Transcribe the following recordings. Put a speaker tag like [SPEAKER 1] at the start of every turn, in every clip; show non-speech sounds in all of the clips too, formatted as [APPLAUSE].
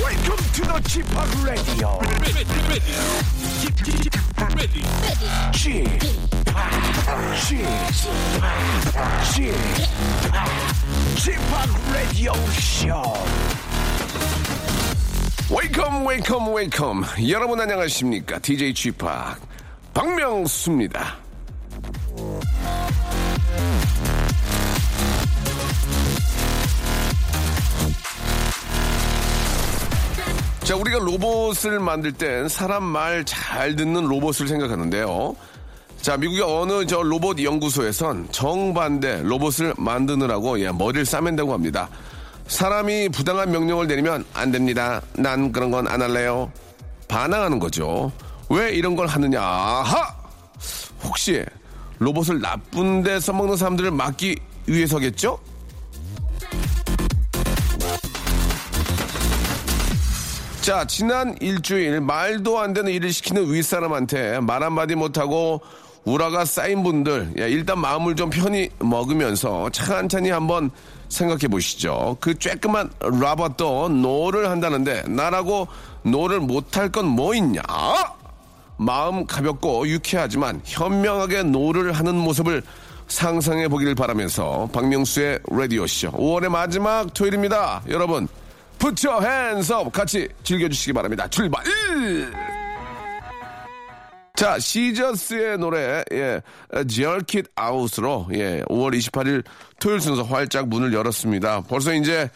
[SPEAKER 1] Welcome to the Chip Radio. Chip Chip Radio Show.
[SPEAKER 2] 웨이컴 웨이컴 웨이컴 여러분 안녕하십니까 DJ g 팍 박명수입니다 자 우리가 로봇을 만들 땐 사람 말 잘 듣는 로봇을 생각하는데요 자 미국의 어느 저 로봇 연구소에선 정반대 로봇을 만드느라고 예, 머리를 싸맨다고 합니다 사람이 부당한 명령을 내리면 안 됩니다. 난 그런 건 안 할래요. 반항하는 거죠. 왜 이런 걸 하느냐? 아하! 혹시 로봇을 나쁜 데 써먹는 사람들을 막기 위해서겠죠? 자, 지난 일주일 말도 안 되는 일을 시키는 윗사람한테 말 한마디 못하고 우라가 쌓인 분들, 야, 일단 마음을 좀 편히 먹으면서 차한찬히 한번 생각해 보시죠. 그 쬐끄만 라바도 노를 한다는데 나라고 노를 못할 건 뭐 있냐? 마음 가볍고 유쾌하지만 현명하게 노를 하는 모습을 상상해 보기를 바라면서 박명수의 라디오쇼 5월의 마지막 토요일입니다. 여러분, Put your hands up 같이 즐겨주시기 바랍니다. 출발! 자, 시저스의 노래, 예, Jerk It Out로, 예, 5월 28일 토요일 순서 활짝 문을 열었습니다. 벌써 이제,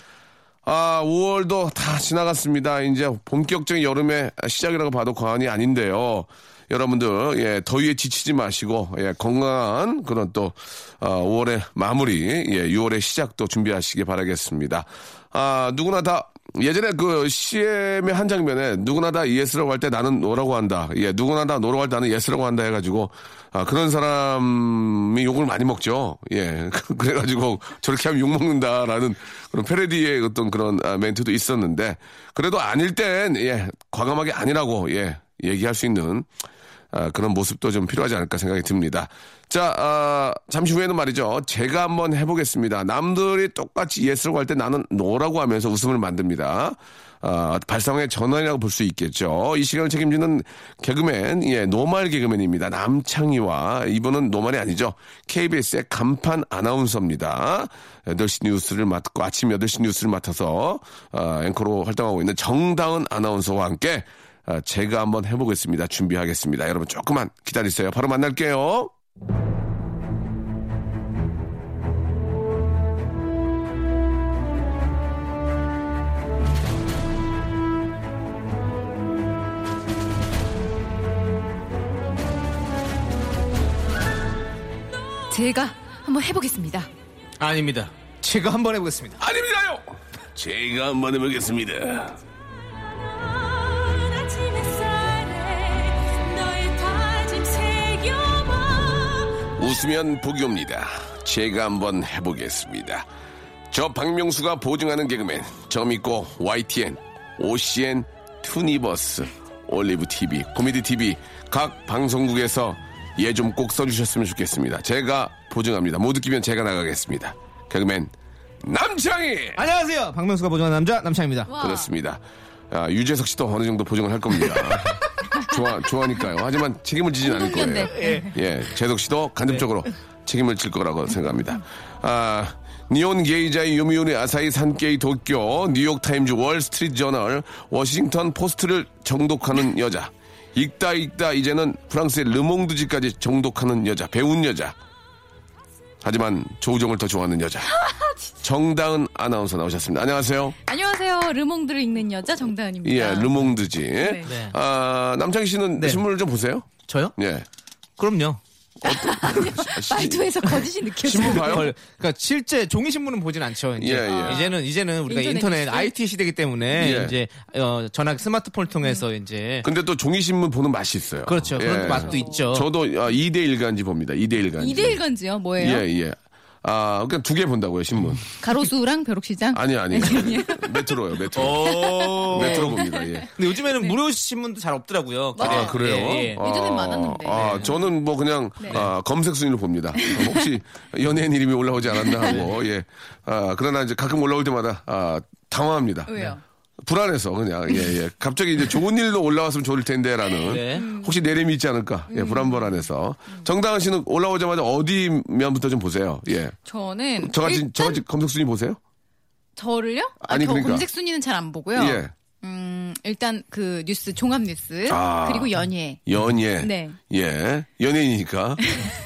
[SPEAKER 2] 아, 5월도 다 지나갔습니다. 이제 본격적인 여름의 시작이라고 봐도 과언이 아닌데요. 여러분들, 예, 더위에 지치지 마시고, 예, 건강한 그런 또, 아, 5월의 마무리, 예, 6월의 시작도 준비하시기 바라겠습니다. 아, 누구나 다, 예전에 그 CM의 한 장면에 누구나 다 예스라고 할 때 나는 노라고 한다. 예, 누구나 다 노라고 할 때 나는 예스라고 한다 해가지고, 아, 그런 사람이 욕을 많이 먹죠. 예. [LAUGHS] 그래가지고 저렇게 하면 욕 먹는다라는 그런 패러디의 어떤 그런 아, 멘트도 있었는데, 그래도 아닐 땐, 예, 과감하게 아니라고, 예, 얘기할 수 있는 아, 그런 모습도 좀 필요하지 않을까 생각이 듭니다. 자, 아, 잠시 후에는 말이죠. 제가 한번 해보겠습니다. 남들이 똑같이 예스라고 할 때 나는 노라고 하면서 웃음을 만듭니다. 아, 발상의 전환이라고 볼 수 있겠죠. 이 시간을 책임지는 개그맨, 예, 노말 개그맨입니다. 남창희와 이분은 노말이 아니죠. KBS의 간판 아나운서입니다. 8시 뉴스를 맡고 아침 8시 뉴스를 맡아서 아, 앵커로 활동하고 있는 정다은 아나운서와 함께 아, 제가 한번 해보겠습니다. 준비하겠습니다. 여러분 조금만 기다리세요. 바로 만날게요.
[SPEAKER 3] 제가 한번 해보겠습니다.
[SPEAKER 4] 아닙니다. 제가 한번 해보겠습니다.
[SPEAKER 2] 아닙니다요. 제가 한번 해보겠습니다. 웃으면 복이 옵니다. 제가 한번 해보겠습니다. 저 박명수가 보증하는 개그맨 저 믿고 YTN, OCN, 투니버스, 올리브 TV, 코미디 TV 각 방송국에서 예 좀 꼭 써주셨으면 좋겠습니다. 제가 보증합니다. 못 웃기면 제가 나가겠습니다. 개그맨 남창희
[SPEAKER 4] 안녕하세요. 박명수가 보증한 남자 남창입니다.
[SPEAKER 2] 그렇습니다. 아, 유재석 씨도 어느 정도 보증을 할 겁니다. 좋아, 좋아하니까요. 하지만 책임을 지진 않을 거예요. 예, 재석 씨도 간접적으로 책임을 질 거라고 생각합니다. 아, 니온 게이자의 요미우리 아사히 산케이 도쿄, 뉴욕타임즈 월스트리트 저널, 워싱턴 포스트를 정독하는 여자. 읽다 읽다 이제는 프랑스의 르몽드지까지 정독하는 여자, 배운 여자. 하지만 조우종을 더 좋아하는 여자. 정다은 아나운서 나오셨습니다. 안녕하세요.
[SPEAKER 3] 안녕하세요. 르몽드를 읽는 여자 정다은입니다.
[SPEAKER 2] 예, 르몽드지.
[SPEAKER 3] 네.
[SPEAKER 2] 아, 남창희 씨는
[SPEAKER 4] 네.
[SPEAKER 2] 신문을 좀 보세요. [LAUGHS]
[SPEAKER 4] 저요?
[SPEAKER 2] 예.
[SPEAKER 4] 그럼요.
[SPEAKER 2] 아,
[SPEAKER 3] 말투에서 거짓이
[SPEAKER 2] [LAUGHS]
[SPEAKER 3] 느껴져요.
[SPEAKER 2] 신문 봐요?
[SPEAKER 4] 걸- 그러니까 실제 종이 신문은 보진 않죠. 이제
[SPEAKER 2] 예, 예.
[SPEAKER 4] 이제는 이제는 우리가
[SPEAKER 3] 인터넷
[SPEAKER 4] 인터넷,
[SPEAKER 3] 시대?
[SPEAKER 4] IT 시대이기 때문에
[SPEAKER 2] 예.
[SPEAKER 4] 이제 어, 전화 스마트폰을 통해서 이제
[SPEAKER 2] 근데 또 종이신문 보는 맛이 있어요.
[SPEAKER 4] 그렇죠.
[SPEAKER 2] 예.
[SPEAKER 4] 그런 맛도 있죠.
[SPEAKER 2] 저도 아, 2대 1간지 봅니다. 2대 1간지.
[SPEAKER 3] 2대1 건지요? 뭐예요?
[SPEAKER 2] 예, 예. 아, 그러니까 두 개 본다고요, 신문.
[SPEAKER 3] 가로수랑 벼룩시장? 예.
[SPEAKER 2] 아니, [LAUGHS] 아니. 메트로요, 메트로.
[SPEAKER 4] 오.
[SPEAKER 2] 메트로 봅니다, 예.
[SPEAKER 4] 어. 근데 요즘에는 무료 신문도 잘 없더라고요.
[SPEAKER 2] 아, 그래요?
[SPEAKER 4] 예, 예.
[SPEAKER 2] 아,
[SPEAKER 3] 예전엔 많았는데. 네.
[SPEAKER 2] 아, 저는 뭐 그냥 아, 검색 순위로 봅니다. 혹시 연예인 이름이 올라오지 않았나 하고,
[SPEAKER 3] 네.
[SPEAKER 2] 예. 아, 그러나 이제 가끔 올라올 때마다 아, 당황합니다. 네.
[SPEAKER 3] 왜요?
[SPEAKER 2] 불안해서 그냥 예, 예. 갑자기 이제 좋은 일로 올라왔으면 좋을 텐데라는
[SPEAKER 4] 네.
[SPEAKER 2] 혹시 내림이 있지 않을까?
[SPEAKER 3] 음.
[SPEAKER 2] 예, 불안불안해서 정다은 씨는 올라오자마자 어디 면부터 좀 보세요. 예,
[SPEAKER 3] 저는
[SPEAKER 2] 저같이
[SPEAKER 3] 일단
[SPEAKER 2] 저같이 검색 순위 보세요.
[SPEAKER 3] 저를요? 아,
[SPEAKER 2] 아니,
[SPEAKER 3] 저
[SPEAKER 2] 그러니까.
[SPEAKER 3] 검색 순위는 잘 안 보고요.
[SPEAKER 2] 예,
[SPEAKER 3] 음, 일단 그 뉴스 종합 뉴스
[SPEAKER 2] 아.
[SPEAKER 3] 그리고 연예.
[SPEAKER 2] 연예,
[SPEAKER 3] 네.
[SPEAKER 2] 예, 연예인이니까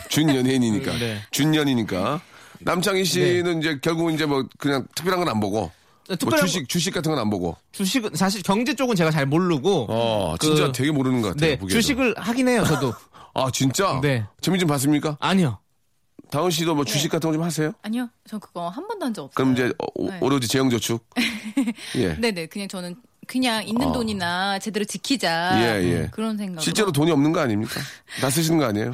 [SPEAKER 2] 준 연예인이니까
[SPEAKER 4] 네.
[SPEAKER 2] 준 연이니까 남창희 씨는 이제 결국 이제 뭐 그냥 특별한 건 안 보고 뭐
[SPEAKER 4] 특별한
[SPEAKER 2] 주식 주식 같은 건 안 보고
[SPEAKER 4] 주식은 사실 경제 쪽은 제가 잘 모르고
[SPEAKER 2] 어
[SPEAKER 4] 그-
[SPEAKER 2] 진짜 되게 모르는 것 같아요.
[SPEAKER 4] 네
[SPEAKER 2] 보기에도.
[SPEAKER 4] 주식을 하긴 해요
[SPEAKER 2] [LAUGHS]
[SPEAKER 4] 저도
[SPEAKER 2] 아 진짜
[SPEAKER 4] 네.
[SPEAKER 2] 재미 좀 봤습니까?
[SPEAKER 4] 아니요
[SPEAKER 2] 다은 씨도
[SPEAKER 3] 네.
[SPEAKER 2] 뭐 주식 같은 거 좀 하세요?
[SPEAKER 3] 아니요, 전 그거 한 번도 한 적 없어요.
[SPEAKER 2] 그럼 이제 오,
[SPEAKER 3] 네.
[SPEAKER 2] 로지
[SPEAKER 3] [LAUGHS]
[SPEAKER 2] 재형저축. 예.
[SPEAKER 3] 네네, 그냥 저는 그냥 있는
[SPEAKER 2] 어.
[SPEAKER 3] 돈이나 제대로 지키자 음,
[SPEAKER 2] 예, 예.
[SPEAKER 3] 그런 생각.
[SPEAKER 2] 실제로 돈이 없는 거 아닙니까? 다 쓰시는 거 아니에요?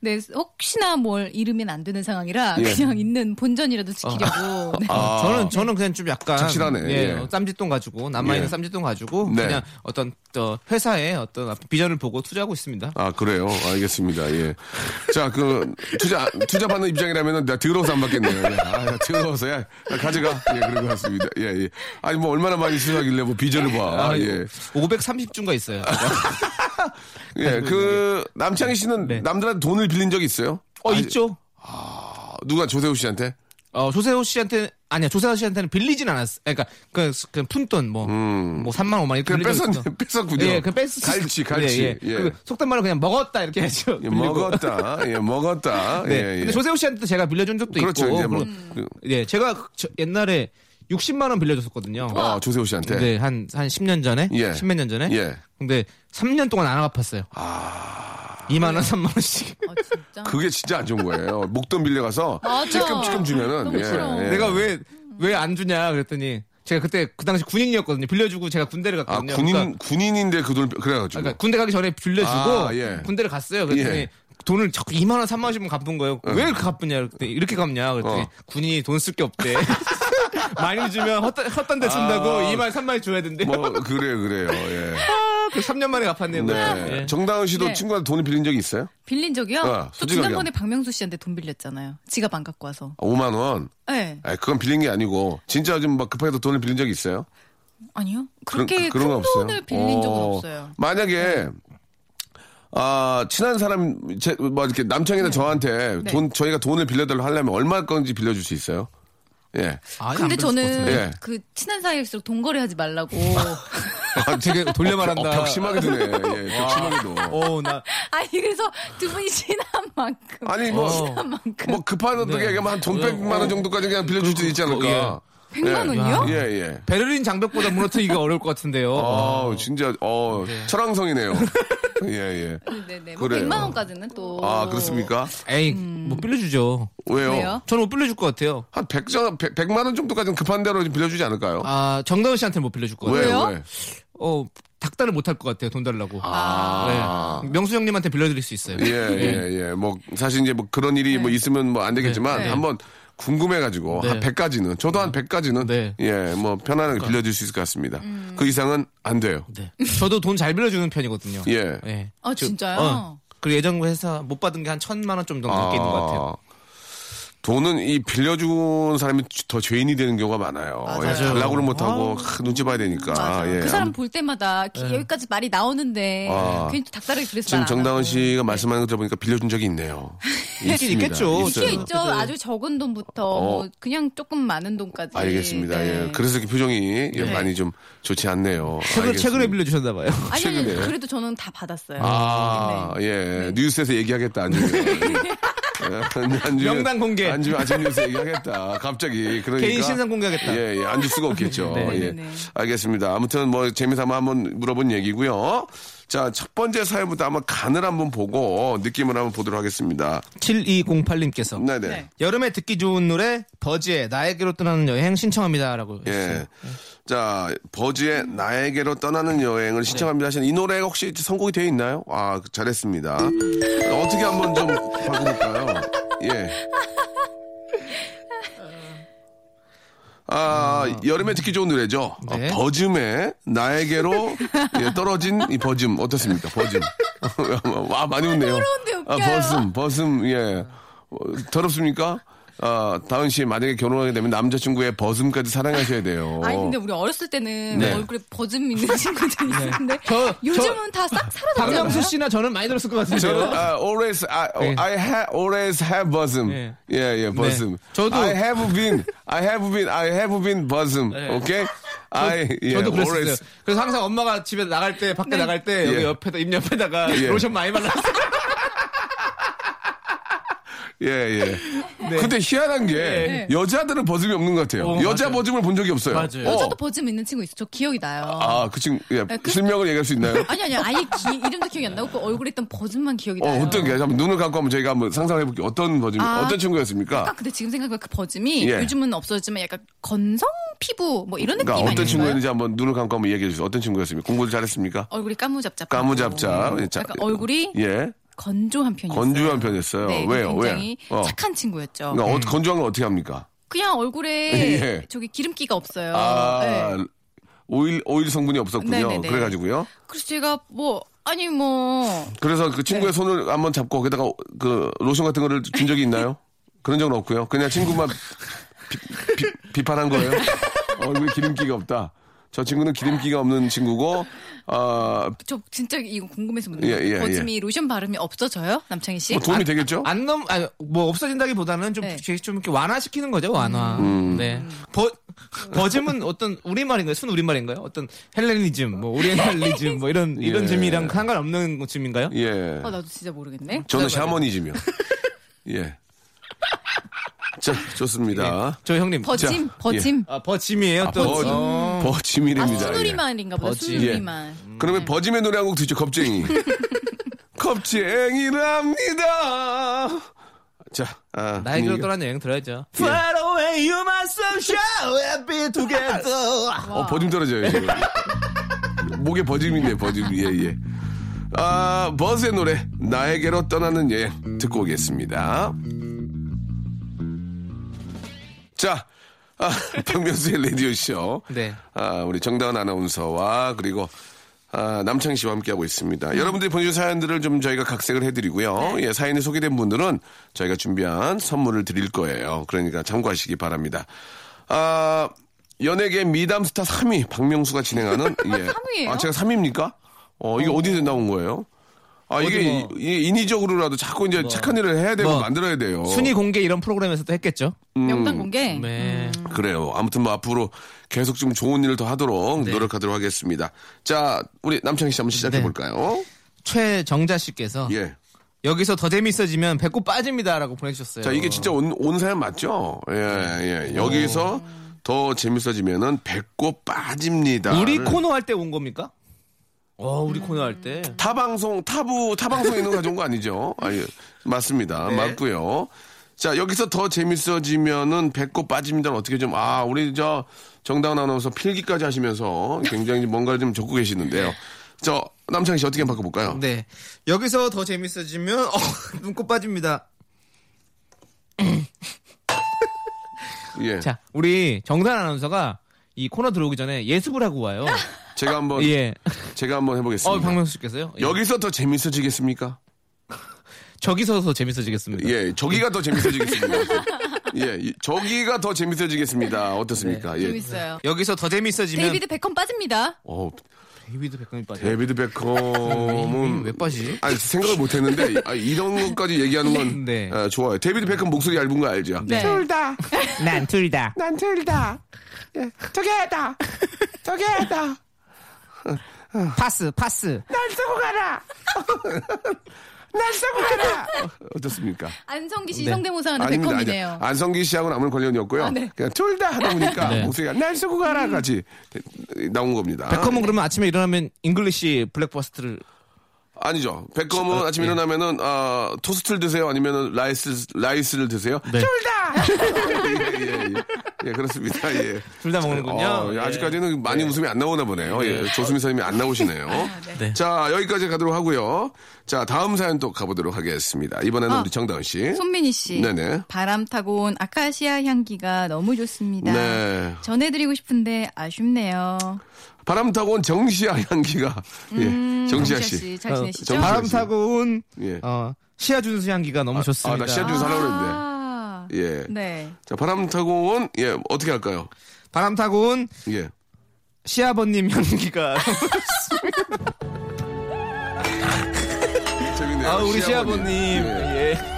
[SPEAKER 3] 네, 혹시나 뭘 잃으면 안 되는 상황이라
[SPEAKER 2] 예.
[SPEAKER 3] 그냥 있는 본전이라도 지키려고. 네.
[SPEAKER 2] 아.
[SPEAKER 4] 어, 저는 저는 그냥 좀 약간
[SPEAKER 2] 착실하네, 예.
[SPEAKER 4] 예, 어, 쌈짓돈 가지고 남아 있는
[SPEAKER 2] 예.
[SPEAKER 4] 쌈짓돈 가지고
[SPEAKER 2] 네.
[SPEAKER 4] 그냥 어떤 어, 회사의 어떤 비전을 보고 투자하고 있습니다.
[SPEAKER 2] 아, 그래요? 알겠습니다. 예. 자, 그, 투자, 투자 받는 입장이라면 나 더러워서 안 받겠네요. 예. 아, 나 더러워서. 야, 나 가져가. 예, 그런 것 같습니다. 예, 예. 아니, 뭐, 얼마나 많이 쓰자길래 뭐 비전을 봐.
[SPEAKER 4] 아,
[SPEAKER 2] 예. [LAUGHS]
[SPEAKER 4] 530주가 있어요.
[SPEAKER 2] 예, 그, 남창희 씨는
[SPEAKER 4] 네.
[SPEAKER 2] 남들한테 돈을 빌린 적 있어요?
[SPEAKER 4] 어
[SPEAKER 2] 아니,
[SPEAKER 4] 있죠.
[SPEAKER 2] 누가 조세호 씨한테?
[SPEAKER 4] 어 조세호 씨한테 아니야 조세호 씨한테는 빌리진 않았어. 그러니까 그, 그 푼돈 뭐, 뭐 3만 5만 이렇게
[SPEAKER 2] 음. 그냥
[SPEAKER 4] 빌린 적
[SPEAKER 2] 뺐었네,
[SPEAKER 4] 있어.
[SPEAKER 2] 뺐었군요.
[SPEAKER 4] 예, 그 뺐었.
[SPEAKER 2] 갈치, 갈치.
[SPEAKER 4] 예, 예.
[SPEAKER 2] 예.
[SPEAKER 4] 그 속단말로 그냥 먹었다 이렇게 해죠.
[SPEAKER 2] 예, 먹었다. 예, 먹었다.
[SPEAKER 4] 네.
[SPEAKER 2] 예, 예.
[SPEAKER 4] 근데 조세호 씨한테도 제가 빌려준 적도
[SPEAKER 2] 그렇죠.
[SPEAKER 4] 있고.
[SPEAKER 2] 이제 뭐,
[SPEAKER 4] 그리고-
[SPEAKER 2] 그,
[SPEAKER 4] 예, 제가 저- 옛날에 60만 원 빌려줬었거든요.
[SPEAKER 2] 아, 조세호 씨한테.
[SPEAKER 4] 네, 한, 한 10년 전에?
[SPEAKER 2] 예.
[SPEAKER 4] 10몇 년 전에?
[SPEAKER 2] 예.
[SPEAKER 4] 근데 3년 동안 안 갚았어요. 아. 2만원, 3만원씩.
[SPEAKER 3] 아, 진짜.
[SPEAKER 2] 그게 진짜 안 좋은 거예요. 목돈 빌려가서
[SPEAKER 3] [LAUGHS] 맞아.
[SPEAKER 2] 찔끔찔끔 주면은
[SPEAKER 3] 너무
[SPEAKER 2] 예,
[SPEAKER 3] 싫어.
[SPEAKER 2] 예.
[SPEAKER 4] 내가 왜, 왜 안 주냐 그랬더니 제가 그때 그 당시 군인이었거든요. 빌려주고 제가 군대를
[SPEAKER 2] 아
[SPEAKER 4] 갔거든요.
[SPEAKER 2] 군인
[SPEAKER 4] 그러니까,
[SPEAKER 2] 군인인데 그 돈 그래가지고
[SPEAKER 4] 그러니까 군대 가기 전에 빌려주고
[SPEAKER 2] 아, 예.
[SPEAKER 4] 군대를 갔어요. 그랬더니
[SPEAKER 2] 예.
[SPEAKER 4] 돈을 자꾸 2만원, 3만원씩만 갚은 거예요. 왜 이렇게 갚으냐 그랬더니 이렇게 갚냐 그랬더니
[SPEAKER 2] 어.
[SPEAKER 4] 군인이 돈 쓸 게 없대. [LAUGHS] 많이 주면 헛단, 헛단 데 쓴다고 2만, 3만원 줘야 된대.
[SPEAKER 2] 아. 뭐 그래요 그래요
[SPEAKER 3] [LAUGHS]
[SPEAKER 2] 예.
[SPEAKER 4] [LAUGHS] 그 3년 만에 갚았네요.
[SPEAKER 2] 네.
[SPEAKER 4] 예.
[SPEAKER 2] 정다은 씨도
[SPEAKER 3] 네.
[SPEAKER 2] 친구한테 돈을 빌린 적이 있어요?
[SPEAKER 3] 빌린 적이요?
[SPEAKER 2] 어,
[SPEAKER 3] 저
[SPEAKER 2] 솔직하게.
[SPEAKER 3] 지난번에 박명수 씨한테 돈 빌렸잖아요. 지갑 안 갖고 와서.
[SPEAKER 2] 아, 5만 원.
[SPEAKER 3] 네.
[SPEAKER 2] 아 그건 빌린 게 아니고 진짜 좀 막 급하게 돈을 빌린 적이 있어요?
[SPEAKER 3] 아니요.
[SPEAKER 2] 그런-
[SPEAKER 3] 그렇게
[SPEAKER 2] 그런 건
[SPEAKER 3] 큰
[SPEAKER 2] 없어요?
[SPEAKER 3] 돈을 빌린 적은
[SPEAKER 2] 어,
[SPEAKER 3] 없어요. 네.
[SPEAKER 2] 만약에 아 친한 사람 제, 뭐 이렇게 남창이나 저한테
[SPEAKER 3] 네.
[SPEAKER 2] 돈 저희가 돈을 빌려달라 하려면 얼마 건지 빌려줄 수 있어요? 예.
[SPEAKER 4] 아니,
[SPEAKER 3] 근데
[SPEAKER 4] 안 빌렸을 것
[SPEAKER 3] 저는
[SPEAKER 4] 같은데.
[SPEAKER 2] 예.
[SPEAKER 3] 그 친한 사이일수록 돈거래
[SPEAKER 2] [LAUGHS]
[SPEAKER 3] 하지 말라고. [LAUGHS]
[SPEAKER 4] 아, 되게 돌려 말한다.
[SPEAKER 2] 어, 벽심하게 드네. 예, 벽심하게 도
[SPEAKER 4] 어, 나
[SPEAKER 3] 아니 그래서 두 분이 친한 만큼.
[SPEAKER 2] 아니 뭐,
[SPEAKER 4] 친한
[SPEAKER 3] 만큼.
[SPEAKER 2] 뭐 급한 어떻게 얘기하면 한돈 100만 원 정도까지 그냥 빌려줄 수 있지 않을까.
[SPEAKER 3] 예. 100만 원이요?
[SPEAKER 2] 예, 예.
[SPEAKER 4] 베를린 장벽보다 무너뜨리기가 어려울 것 같은데요.
[SPEAKER 2] 아, 진짜 어, 철왕성이네요. 예, 예.
[SPEAKER 3] 네네. 뭐
[SPEAKER 2] 그래요.
[SPEAKER 3] 100만 원까지는 또.
[SPEAKER 2] 아, 그렇습니까?
[SPEAKER 4] 에이,
[SPEAKER 3] 음.
[SPEAKER 4] 못 빌려주죠.
[SPEAKER 2] 왜요?
[SPEAKER 3] 왜요?
[SPEAKER 4] 저는 못 빌려줄 것 같아요.
[SPEAKER 2] 한 100장 100, 100만 원 정도까지는 급한 대로 좀 빌려주지 않을까요?
[SPEAKER 4] 아, 정다은 씨한테는 못 빌려줄 것 같아요.
[SPEAKER 2] 왜,
[SPEAKER 3] 왜요?
[SPEAKER 2] 왜?
[SPEAKER 4] 어, 닥달을 못 할 것 같아요. 돈 달라고.
[SPEAKER 2] 아.
[SPEAKER 4] 네. 명수 형님한테 빌려드릴 수 있어요.
[SPEAKER 2] 예, 예, 예. 뭐 사실 이제 뭐 그런 일이 뭐 있으면 뭐 안 되겠지만
[SPEAKER 3] 네.
[SPEAKER 2] 한번 궁금해가지고
[SPEAKER 4] 네.
[SPEAKER 2] 한 100까지는 저도 한 100까지는
[SPEAKER 4] 네.
[SPEAKER 2] 예, 뭐 편안하게 빌려줄 수 있을 것 같습니다.
[SPEAKER 3] 음.
[SPEAKER 2] 그 이상은 안 돼요.
[SPEAKER 4] 네. 저도 돈 잘 빌려주는 편이거든요.
[SPEAKER 2] 예.
[SPEAKER 4] 예.
[SPEAKER 3] 아,
[SPEAKER 4] 저-
[SPEAKER 3] 진짜요?
[SPEAKER 4] 어. 그리고 예전 회사 못 받은 게 한 천만 원 좀 정도 넘게 있는 것 같아요.
[SPEAKER 2] 돈은 이 빌려준 사람이 더 죄인이 되는 경우가 많아요.
[SPEAKER 3] 맞아요.
[SPEAKER 2] 예, 달라고를
[SPEAKER 4] 아.
[SPEAKER 2] 못하고 크, 눈치 봐야 되니까.
[SPEAKER 3] 맞아.
[SPEAKER 2] 예.
[SPEAKER 3] 그 사람 볼 때마다 기-
[SPEAKER 4] 예.
[SPEAKER 3] 여기까지 말이 나오는데
[SPEAKER 2] 아.
[SPEAKER 3] 괜히 또 닭다리 그래서
[SPEAKER 2] 지금
[SPEAKER 3] 말안 하고.
[SPEAKER 2] 정다은 씨가 말씀하는 거 들어보니까 빌려준 적이 있네요. 있습니다.
[SPEAKER 4] 네. [LAUGHS] 있겠죠.
[SPEAKER 2] 있어요.
[SPEAKER 3] 꽤 예. 있죠.
[SPEAKER 4] 네.
[SPEAKER 3] 아주 적은 돈부터 뭐 그냥 조금 많은 돈까지.
[SPEAKER 2] 어. 알겠습니다.
[SPEAKER 3] 네.
[SPEAKER 2] 예. 그래서 이렇게 표정이 예, 많이 좀 좋지 않네요.
[SPEAKER 4] 네. 최근, 최근에
[SPEAKER 2] 알겠습니다.
[SPEAKER 4] 빌려주셨나 봐요.
[SPEAKER 3] 아니, 아니,
[SPEAKER 2] 최근에요?
[SPEAKER 3] 그래도 저는 다 받았어요.
[SPEAKER 2] 아,
[SPEAKER 4] 네.
[SPEAKER 2] 예. 뉴스에서 얘기하겠다, 안
[SPEAKER 4] [LAUGHS]
[SPEAKER 2] 주면. 예, 안 주면-
[SPEAKER 4] 명단 공개.
[SPEAKER 2] 안 주면 아침 뉴스 얘기하겠다. 갑자기. 그러니까.
[SPEAKER 4] [LAUGHS] 개인 신상 공개하겠다.
[SPEAKER 2] 예,
[SPEAKER 4] [LAUGHS]
[SPEAKER 2] 예. 안 줄 수가 없겠죠.
[SPEAKER 4] 네,
[SPEAKER 2] 예.
[SPEAKER 3] 네, 네.
[SPEAKER 2] 알겠습니다. 아무튼 뭐 재미삼아 한번 물어본 얘기고요. 자, 첫 번째 사연부터 한번 간을 한번 보고 느낌을 한번 보도록 하겠습니다.
[SPEAKER 4] 7208님께서
[SPEAKER 2] 네네.
[SPEAKER 3] 네.
[SPEAKER 4] 여름에 듣기 좋은 노래 버즈의 나에게로 떠나는 여행 신청합니다라고 네.
[SPEAKER 2] 예. 자, 버즈의 나에게로 떠나는 여행을 신청합니다 하시는 이 노래 혹시 선곡이 되어 있나요? 아, 잘했습니다. 어떻게 한번 좀 바꿔볼까요? 예. 아, 여름에 듣기 좋은 노래죠. 아,
[SPEAKER 4] 네.
[SPEAKER 2] 버즘의 나에게로 예, 떨어진 이 버즘 어떻습니까? 버즘. [LAUGHS] 와 많이 웃네요. 아,
[SPEAKER 3] 웃겨요.
[SPEAKER 2] 버슴, 버슴, 예. 어, 더럽습니까? 아, 다은 씨 만약에 결혼하게 되면 남자친구의 버슴까지 사랑하셔야 돼요.
[SPEAKER 3] 아니 근데 우리 어렸을 때는
[SPEAKER 2] 네.
[SPEAKER 3] 얼굴에
[SPEAKER 2] [LAUGHS]
[SPEAKER 3] 버즘 있는 친구들이 있었는데
[SPEAKER 4] 저- 저-
[SPEAKER 3] 요즘은 다 싹 사라졌잖아요.
[SPEAKER 4] 박명수 씨나 저는 많이 들었을 것 같은데요.
[SPEAKER 2] 저는 아, always I,
[SPEAKER 4] 네.
[SPEAKER 2] I ha, always have bosom.
[SPEAKER 4] 네.
[SPEAKER 2] 예, 예, bosom.
[SPEAKER 4] 저도-
[SPEAKER 2] I have been, I have been, I have been bosom.
[SPEAKER 4] 네.
[SPEAKER 2] 오케이? I, 예,
[SPEAKER 4] 저도 그랬어요.
[SPEAKER 2] always.
[SPEAKER 4] 그래서 항상 엄마가 집에 나갈 때
[SPEAKER 3] 네.
[SPEAKER 4] 밖에 나갈 때 여기
[SPEAKER 2] 예.
[SPEAKER 4] 옆에다 입 옆에다가
[SPEAKER 2] 예.
[SPEAKER 4] 로션 많이 발랐어요.
[SPEAKER 2] 예, 예. 근데 희한한 게 여자들은 버즘이 없는 것 같아요.
[SPEAKER 4] 네. 어,
[SPEAKER 2] 여자
[SPEAKER 4] 맞아요.
[SPEAKER 2] 버즘을 본 적이 없어요.
[SPEAKER 4] 맞아요.
[SPEAKER 2] 어.
[SPEAKER 3] 저도 버즘 있는 친구 있어. 저 기억이 나요.
[SPEAKER 2] 아, 그 친구, 예,
[SPEAKER 3] 그-
[SPEAKER 2] 실명을 얘기할 수 있나요?
[SPEAKER 3] 아니 아니 아예 기- 이름도 기억이 안 나고 그 얼굴에 있던 버즘만 기억이
[SPEAKER 2] 어,
[SPEAKER 3] 나요.
[SPEAKER 2] 어떤 게, 한번 눈을 감고 한번 저희가 한번 상상해 볼게요. 어떤 버즘,
[SPEAKER 3] 아.
[SPEAKER 2] 어떤 친구였습니까?
[SPEAKER 3] 아, 근데 지금 생각해보면 그 버즘이
[SPEAKER 2] 예.
[SPEAKER 3] 요즘은 없어졌지만 약간 건성 피부 뭐 이런
[SPEAKER 2] 그러니까
[SPEAKER 3] 느낌
[SPEAKER 2] 어떤
[SPEAKER 3] 아닌가요?
[SPEAKER 2] 친구였는지 한번 눈을 감고 한번 얘기해 주세요. 어떤 친구였습니까? 공부를 잘했습니까?
[SPEAKER 3] 얼굴이 까무잡잡.
[SPEAKER 2] 까무잡잡. 예, 자-
[SPEAKER 3] 약간 얼굴이
[SPEAKER 2] 예.
[SPEAKER 3] 건조한 편이었어요.
[SPEAKER 2] 건조한 편이었어요.
[SPEAKER 3] 어, 네,
[SPEAKER 2] 왜요?
[SPEAKER 3] 굉장히
[SPEAKER 2] 왜? 어.
[SPEAKER 3] 착한 친구였죠.
[SPEAKER 2] 그러니까 어, 건조한 건 어떻게 합니까?
[SPEAKER 3] 그냥 얼굴에
[SPEAKER 2] 예.
[SPEAKER 3] 저기 기름기가 없어요.
[SPEAKER 2] 아,
[SPEAKER 3] 네.
[SPEAKER 2] 오일, 오일 성분이 없었군요.
[SPEAKER 3] 네네네.
[SPEAKER 2] 그래가지고요.
[SPEAKER 3] 그래서 제가 뭐 아니 뭐
[SPEAKER 2] 그래서 그 친구의 손을 한번 잡고 거기다가 그 로션 같은 거를 준 적이 있나요? 그런 적은 없고요. 그냥 친구만 비, 비, 비판한 거예요. 얼굴에 기름기가 없다. 저 친구는 기름기가 없는 친구고, 아,
[SPEAKER 3] 저 진짜 이거 궁금해서 묻는
[SPEAKER 2] 예,
[SPEAKER 3] 거예요.
[SPEAKER 2] 예,
[SPEAKER 3] 버즘이 로션 바르면 없어져요? 남창희 씨?
[SPEAKER 2] 뭐 도움이 되겠죠?
[SPEAKER 4] 안 넘, 아니, 뭐 없어진다기보다는 좀,
[SPEAKER 3] 네.
[SPEAKER 4] 좀 이렇게 완화시키는 거죠, 완화. 네. 버, 버즘은 어떤 우리말인가요? 순 우리말인가요? 어떤 헬레니즘, 뭐 오리엔탈리즘, 뭐 [LAUGHS] 이런, 이런
[SPEAKER 2] 예.
[SPEAKER 4] 짐이랑 상관없는 짐인가요?
[SPEAKER 2] 예.
[SPEAKER 3] 아, 나도 진짜 모르겠네.
[SPEAKER 2] 저는 샤머니즘이요. 예. 자, 좋습니다.
[SPEAKER 4] 저 형님.
[SPEAKER 3] 버짐,
[SPEAKER 2] 자,
[SPEAKER 3] 버짐.
[SPEAKER 4] 아, 버짐이에요, 또.
[SPEAKER 2] 버짐.
[SPEAKER 4] 어.
[SPEAKER 3] 네. 아,
[SPEAKER 2] 예. 버지밀입니다. 예.
[SPEAKER 3] 수누리만인가 보다.
[SPEAKER 4] 버짐.
[SPEAKER 3] 수누리만.
[SPEAKER 2] 그러면 버짐의 노래 한 곡 듣죠.
[SPEAKER 4] [LAUGHS]
[SPEAKER 2] 겁쟁이. 겁쟁이랍니다. 자, 아,
[SPEAKER 4] 나에게로
[SPEAKER 2] 분위기가-
[SPEAKER 4] 떠난 여행 들어야죠. Far away, you must shall we be together.
[SPEAKER 2] 어, 버짐 떨어져요. 지금. 목에 버짐인데 버짐. 예, 예. 아, 버스의 노래 나에게로 떠나는 여행 듣고 오겠습니다. 자, 아, [LAUGHS] 박명수의 라디오 쇼.
[SPEAKER 4] 네.
[SPEAKER 2] 아, 우리 정다은 아나운서와 그리고 아, 남창 씨와 함께하고 있습니다. 여러분들이 보내주신 사연들을 좀 저희가 각색을 해드리고요. 예, 사연이 소개된 분들은 저희가 준비한 선물을 드릴 거예요. 그러니까 참고하시기 바랍니다. 아, 연예계 미담스타 3위 박명수가 진행하는 예.
[SPEAKER 3] 삼위예요?
[SPEAKER 2] 아, 제가 3위입니까? 어, 이게 어. 디서 나온 거예요? 아, 이게
[SPEAKER 4] 어디 뭐.
[SPEAKER 2] 이- 인위적으로라도 자꾸 이제 착한 일을 해야 되고
[SPEAKER 4] 뭐.
[SPEAKER 2] 만들어야 돼요.
[SPEAKER 4] 순위 공개 이런 프로그램에서도 했겠죠?
[SPEAKER 3] 명단 공개.
[SPEAKER 4] 네.
[SPEAKER 2] 그래요. 아무튼 뭐 앞으로 계속 좀 좋은 일을 더 하도록 노력하도록 하겠습니다. 자, 우리 남창희 씨 한번 시작해
[SPEAKER 4] 네. 아.
[SPEAKER 2] 볼까요?
[SPEAKER 4] 최정자 씨께서
[SPEAKER 2] 예.
[SPEAKER 4] 여기서 더 재밌어지면 배꼽 빠집니다라고 보내주셨어요.
[SPEAKER 2] 자, 이게 진짜 온, 온 사연 맞죠? 예,
[SPEAKER 4] 네.
[SPEAKER 2] 예. 여기서
[SPEAKER 4] 어.
[SPEAKER 2] 더 재밌어지면은 배꼽 빠집니다.
[SPEAKER 4] 우리 코너 할 때 온 겁니까? 아, 네. 어, 우리 코너 할 때.
[SPEAKER 2] 타방송, 타부, 타방송 있는 거 가져온 거 아니죠? 아, 예. 맞습니다.
[SPEAKER 4] 네.
[SPEAKER 2] 맞고요. 자, 여기서 더 재밌어지면은 배꼽 빠집니다는 어떻게 좀, 아, 우리 저 정다운 아나운서 필기까지 하시면서 굉장히 뭔가를 좀 적고 계시는데요. 저, 남창희 씨 어떻게 바꿔볼까요?
[SPEAKER 4] 네. 여기서 더 재밌어지면 [LAUGHS] 어, 눈꽃 빠집니다.
[SPEAKER 2] 예.
[SPEAKER 4] 자, 우리 정단 아나운서가 이 코너 들어오기 전에 예습을
[SPEAKER 2] [LAUGHS]
[SPEAKER 4] 하고 와요.
[SPEAKER 2] 제가 한번
[SPEAKER 4] 예.
[SPEAKER 2] 제가 한번 해보겠습니다.
[SPEAKER 4] 어, 박명수 씨께서요? 예.
[SPEAKER 2] 여기서 더 재밌어지겠습니까?
[SPEAKER 4] 저기서 더 재밌어지겠습니다.
[SPEAKER 2] 예, 저기가 더 재밌어지겠습니다. 예, 이- 저기가 더 재밌어지겠습니다.
[SPEAKER 4] 네.
[SPEAKER 2] 어떻습니까? 예.
[SPEAKER 3] 재밌어요. 네.
[SPEAKER 4] 여기서 더 재밌어지면
[SPEAKER 3] 데이비드 베컴 빠집니다.
[SPEAKER 2] 어,
[SPEAKER 4] 데이비드 백금이 빠져.
[SPEAKER 2] 데비드
[SPEAKER 4] 아, 왜
[SPEAKER 2] 베컴은
[SPEAKER 4] 빠지지?
[SPEAKER 2] 아니 생각을
[SPEAKER 3] [LAUGHS]
[SPEAKER 2] 못했는데 아, 이런 것까지 얘기하는 건
[SPEAKER 4] 네.
[SPEAKER 2] 아, 좋아요. 데비드 베컴 목소리 얇은 거 알죠?
[SPEAKER 3] 네.
[SPEAKER 5] 둘다.
[SPEAKER 4] 난 둘다.
[SPEAKER 5] 난 둘다. 예. 저기 해다. 저기 해다.
[SPEAKER 4] 파스, 파스.
[SPEAKER 5] 날 쓰고 가라. [LAUGHS] 날 쓰고 가라.
[SPEAKER 2] 어떻습니까?
[SPEAKER 3] 안성기 씨 성대모사하는
[SPEAKER 2] 네. 아닙니다. 아니,
[SPEAKER 3] 베컴이네요. 네.
[SPEAKER 2] 안성기 씨하고는 아무런 관련이 없고요. 그냥 둘 다 하다
[SPEAKER 3] [LAUGHS]
[SPEAKER 2] 보니까
[SPEAKER 4] 네.
[SPEAKER 2] 목소리가 날
[SPEAKER 3] 음.
[SPEAKER 2] 쓰고 가라 같이 나온 겁니다. 아, 네.
[SPEAKER 4] 백컴은 그러면 아침에 일어나면 잉글리시 블랙버스트를
[SPEAKER 2] 아니죠. 백검은 아침에 일어나면은 아, 토스트를 드세요, 아니면은 라이스 라이스를 드세요.
[SPEAKER 4] 네.
[SPEAKER 2] [LAUGHS] 예, 예, 예. 예, 그렇습니다. 예.
[SPEAKER 4] 둘 다 먹는군요.
[SPEAKER 2] 어,
[SPEAKER 4] 예.
[SPEAKER 2] 아직까지는 많이 웃음이 안 나오나 보네요. 예. 조수미 선생님이 안 나오시네요.
[SPEAKER 4] 네.
[SPEAKER 2] 자, 여기까지 가도록 하고요. 자, 다음 사연 또 가보도록 하겠습니다. 이번에는
[SPEAKER 3] 아,
[SPEAKER 2] 우리 정다은 씨.
[SPEAKER 3] 손민희 씨.
[SPEAKER 2] 네네.
[SPEAKER 3] 바람 타고 온 아카시아 향기가 너무 좋습니다.
[SPEAKER 2] 네.
[SPEAKER 3] 전해드리고 싶은데 아쉽네요. 음,
[SPEAKER 2] 바람 타고 온 정시아 향기가. 예. 정시아 씨.
[SPEAKER 3] 잘 지내시죠?
[SPEAKER 2] 어, 정시아
[SPEAKER 4] 예. 바람
[SPEAKER 2] 씨.
[SPEAKER 4] 타고 온
[SPEAKER 2] 예.
[SPEAKER 4] 어, 시아준수 향기가 너무 좋습니다.
[SPEAKER 2] 아, 나 시아준 사라고 그랬는데.
[SPEAKER 3] 아,
[SPEAKER 2] 예.
[SPEAKER 3] 네.
[SPEAKER 2] 자, 바람 타고 온, 예, 어떻게 할까요?
[SPEAKER 4] 바람 타고 온
[SPEAKER 2] 예.
[SPEAKER 4] 시아버님
[SPEAKER 2] [LAUGHS]
[SPEAKER 4] 향기가
[SPEAKER 2] 재밌네요.
[SPEAKER 4] 아 우리 시아버님
[SPEAKER 2] 예.
[SPEAKER 4] 예.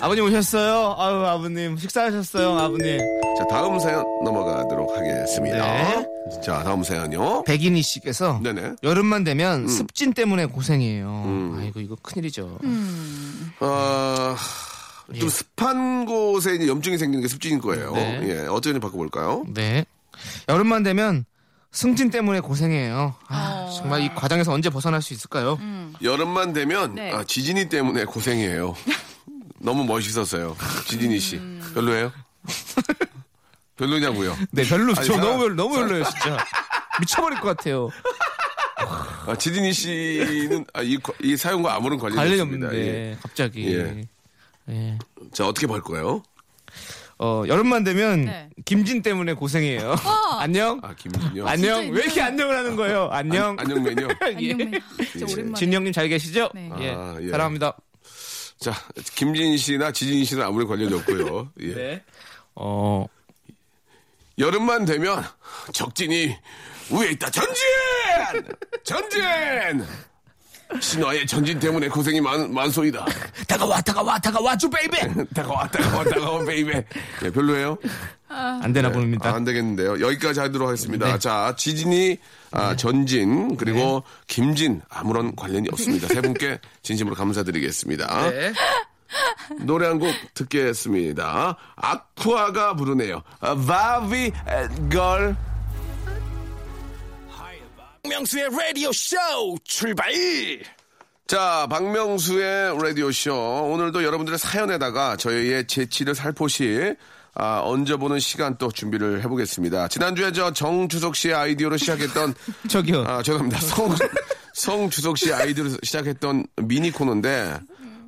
[SPEAKER 4] 아버님 오셨어요? 아유 아버님 식사하셨어요 아버님
[SPEAKER 2] 자, 다음 사연 넘어가도록
[SPEAKER 4] 네.
[SPEAKER 2] 하겠습니다. 자, 다음 사연요.
[SPEAKER 4] 백인희 씨께서
[SPEAKER 2] 네네. 음.
[SPEAKER 4] 여름만 되면 습진 때문에 고생이에요 아이고 이거 큰일이죠
[SPEAKER 2] 어, 좀 습한 곳에 이제 염증이 생기는 게 습진일 거예요.
[SPEAKER 4] 예. 네.
[SPEAKER 2] 예, 어쩌니 바꿔볼까요?
[SPEAKER 4] 네 여름만 되면 승진 때문에 고생이에요 아, 정말 이 과정에서 언제 벗어날 수 있을까요?
[SPEAKER 2] 여름만 되면
[SPEAKER 3] 네.
[SPEAKER 2] 아, 지진이 때문에
[SPEAKER 4] [LAUGHS]
[SPEAKER 2] 고생이에요. 너무 멋있었어요, 지진이 씨.
[SPEAKER 4] 음.
[SPEAKER 2] 별로예요? 별로냐고요?
[SPEAKER 4] 네 별로
[SPEAKER 2] 아니,
[SPEAKER 4] 저
[SPEAKER 2] 사-
[SPEAKER 4] 너무 별로 너무 별로예요 진짜 미쳐버릴 것 같아요
[SPEAKER 2] 아, 지진이 씨는 아, 이, 거- 이 사연과 아무런 관련이
[SPEAKER 4] 관련이
[SPEAKER 2] 없습니다.
[SPEAKER 4] 없는데
[SPEAKER 2] 예.
[SPEAKER 4] 갑자기
[SPEAKER 2] 예.
[SPEAKER 4] 예.
[SPEAKER 2] 자, 어떻게 바거예요
[SPEAKER 4] 어, 여름만 되면
[SPEAKER 3] 네.
[SPEAKER 4] 김진 때문에 고생이에요 [LAUGHS] 안녕
[SPEAKER 2] 아, 김진영.
[SPEAKER 4] 안녕
[SPEAKER 3] 진짜
[SPEAKER 4] 왜 이렇게 안녕을 하는 거예요 안녕
[SPEAKER 2] 안녕맨요.
[SPEAKER 4] 예. [LAUGHS]
[SPEAKER 3] 안녕. 진짜
[SPEAKER 2] 예.
[SPEAKER 3] 오랜만에.
[SPEAKER 4] 진영님 잘 계시죠?
[SPEAKER 3] 네.
[SPEAKER 4] 예.
[SPEAKER 2] 아, 예.
[SPEAKER 4] 사랑합니다.
[SPEAKER 2] 자, 김진 씨나 지진 씨는 아무런 관련이 없고요. 예.
[SPEAKER 4] 네. 어,
[SPEAKER 2] 여름만 되면 적진이 위에 있다. 전진! 전진! 신화의 전진 때문에 고생이 많, 많소이다.
[SPEAKER 4] [LAUGHS] 다가와, 다가와, 다가와, 주 베이베!
[SPEAKER 2] [LAUGHS] 다가와, 다가와, 다가와, 베이베. 예, 별로예요?
[SPEAKER 4] 안 되나
[SPEAKER 2] 아,
[SPEAKER 4] 봅니다. 네.
[SPEAKER 2] 안 되겠는데요. 여기까지 하도록 하겠습니다. 자, 지진이, 아, 전진, 그리고 김진, 아무런 관련이 없습니다. 세 분께 진심으로 감사드리겠습니다.
[SPEAKER 4] [LAUGHS] 네.
[SPEAKER 2] 노래 한 곡 듣겠습니다. 아쿠아가 부르네요. 아, 바비 아, 걸.
[SPEAKER 1] 명수의 라디오 쇼 출발.
[SPEAKER 2] 자, 박명수의 라디오쇼. 오늘도 여러분들의 사연에다가 저희의 재치를 살포시 아, 얹어보는 시간 또 준비를 해보겠습니다. 지난주에 저 정주석 씨의 아이디어로
[SPEAKER 1] [LAUGHS]
[SPEAKER 2] 시작했던,
[SPEAKER 4] 저기요.
[SPEAKER 2] 아, 죄송합니다. 성, 성주석 씨의 아이디어로 시작했던 미니 코너인데,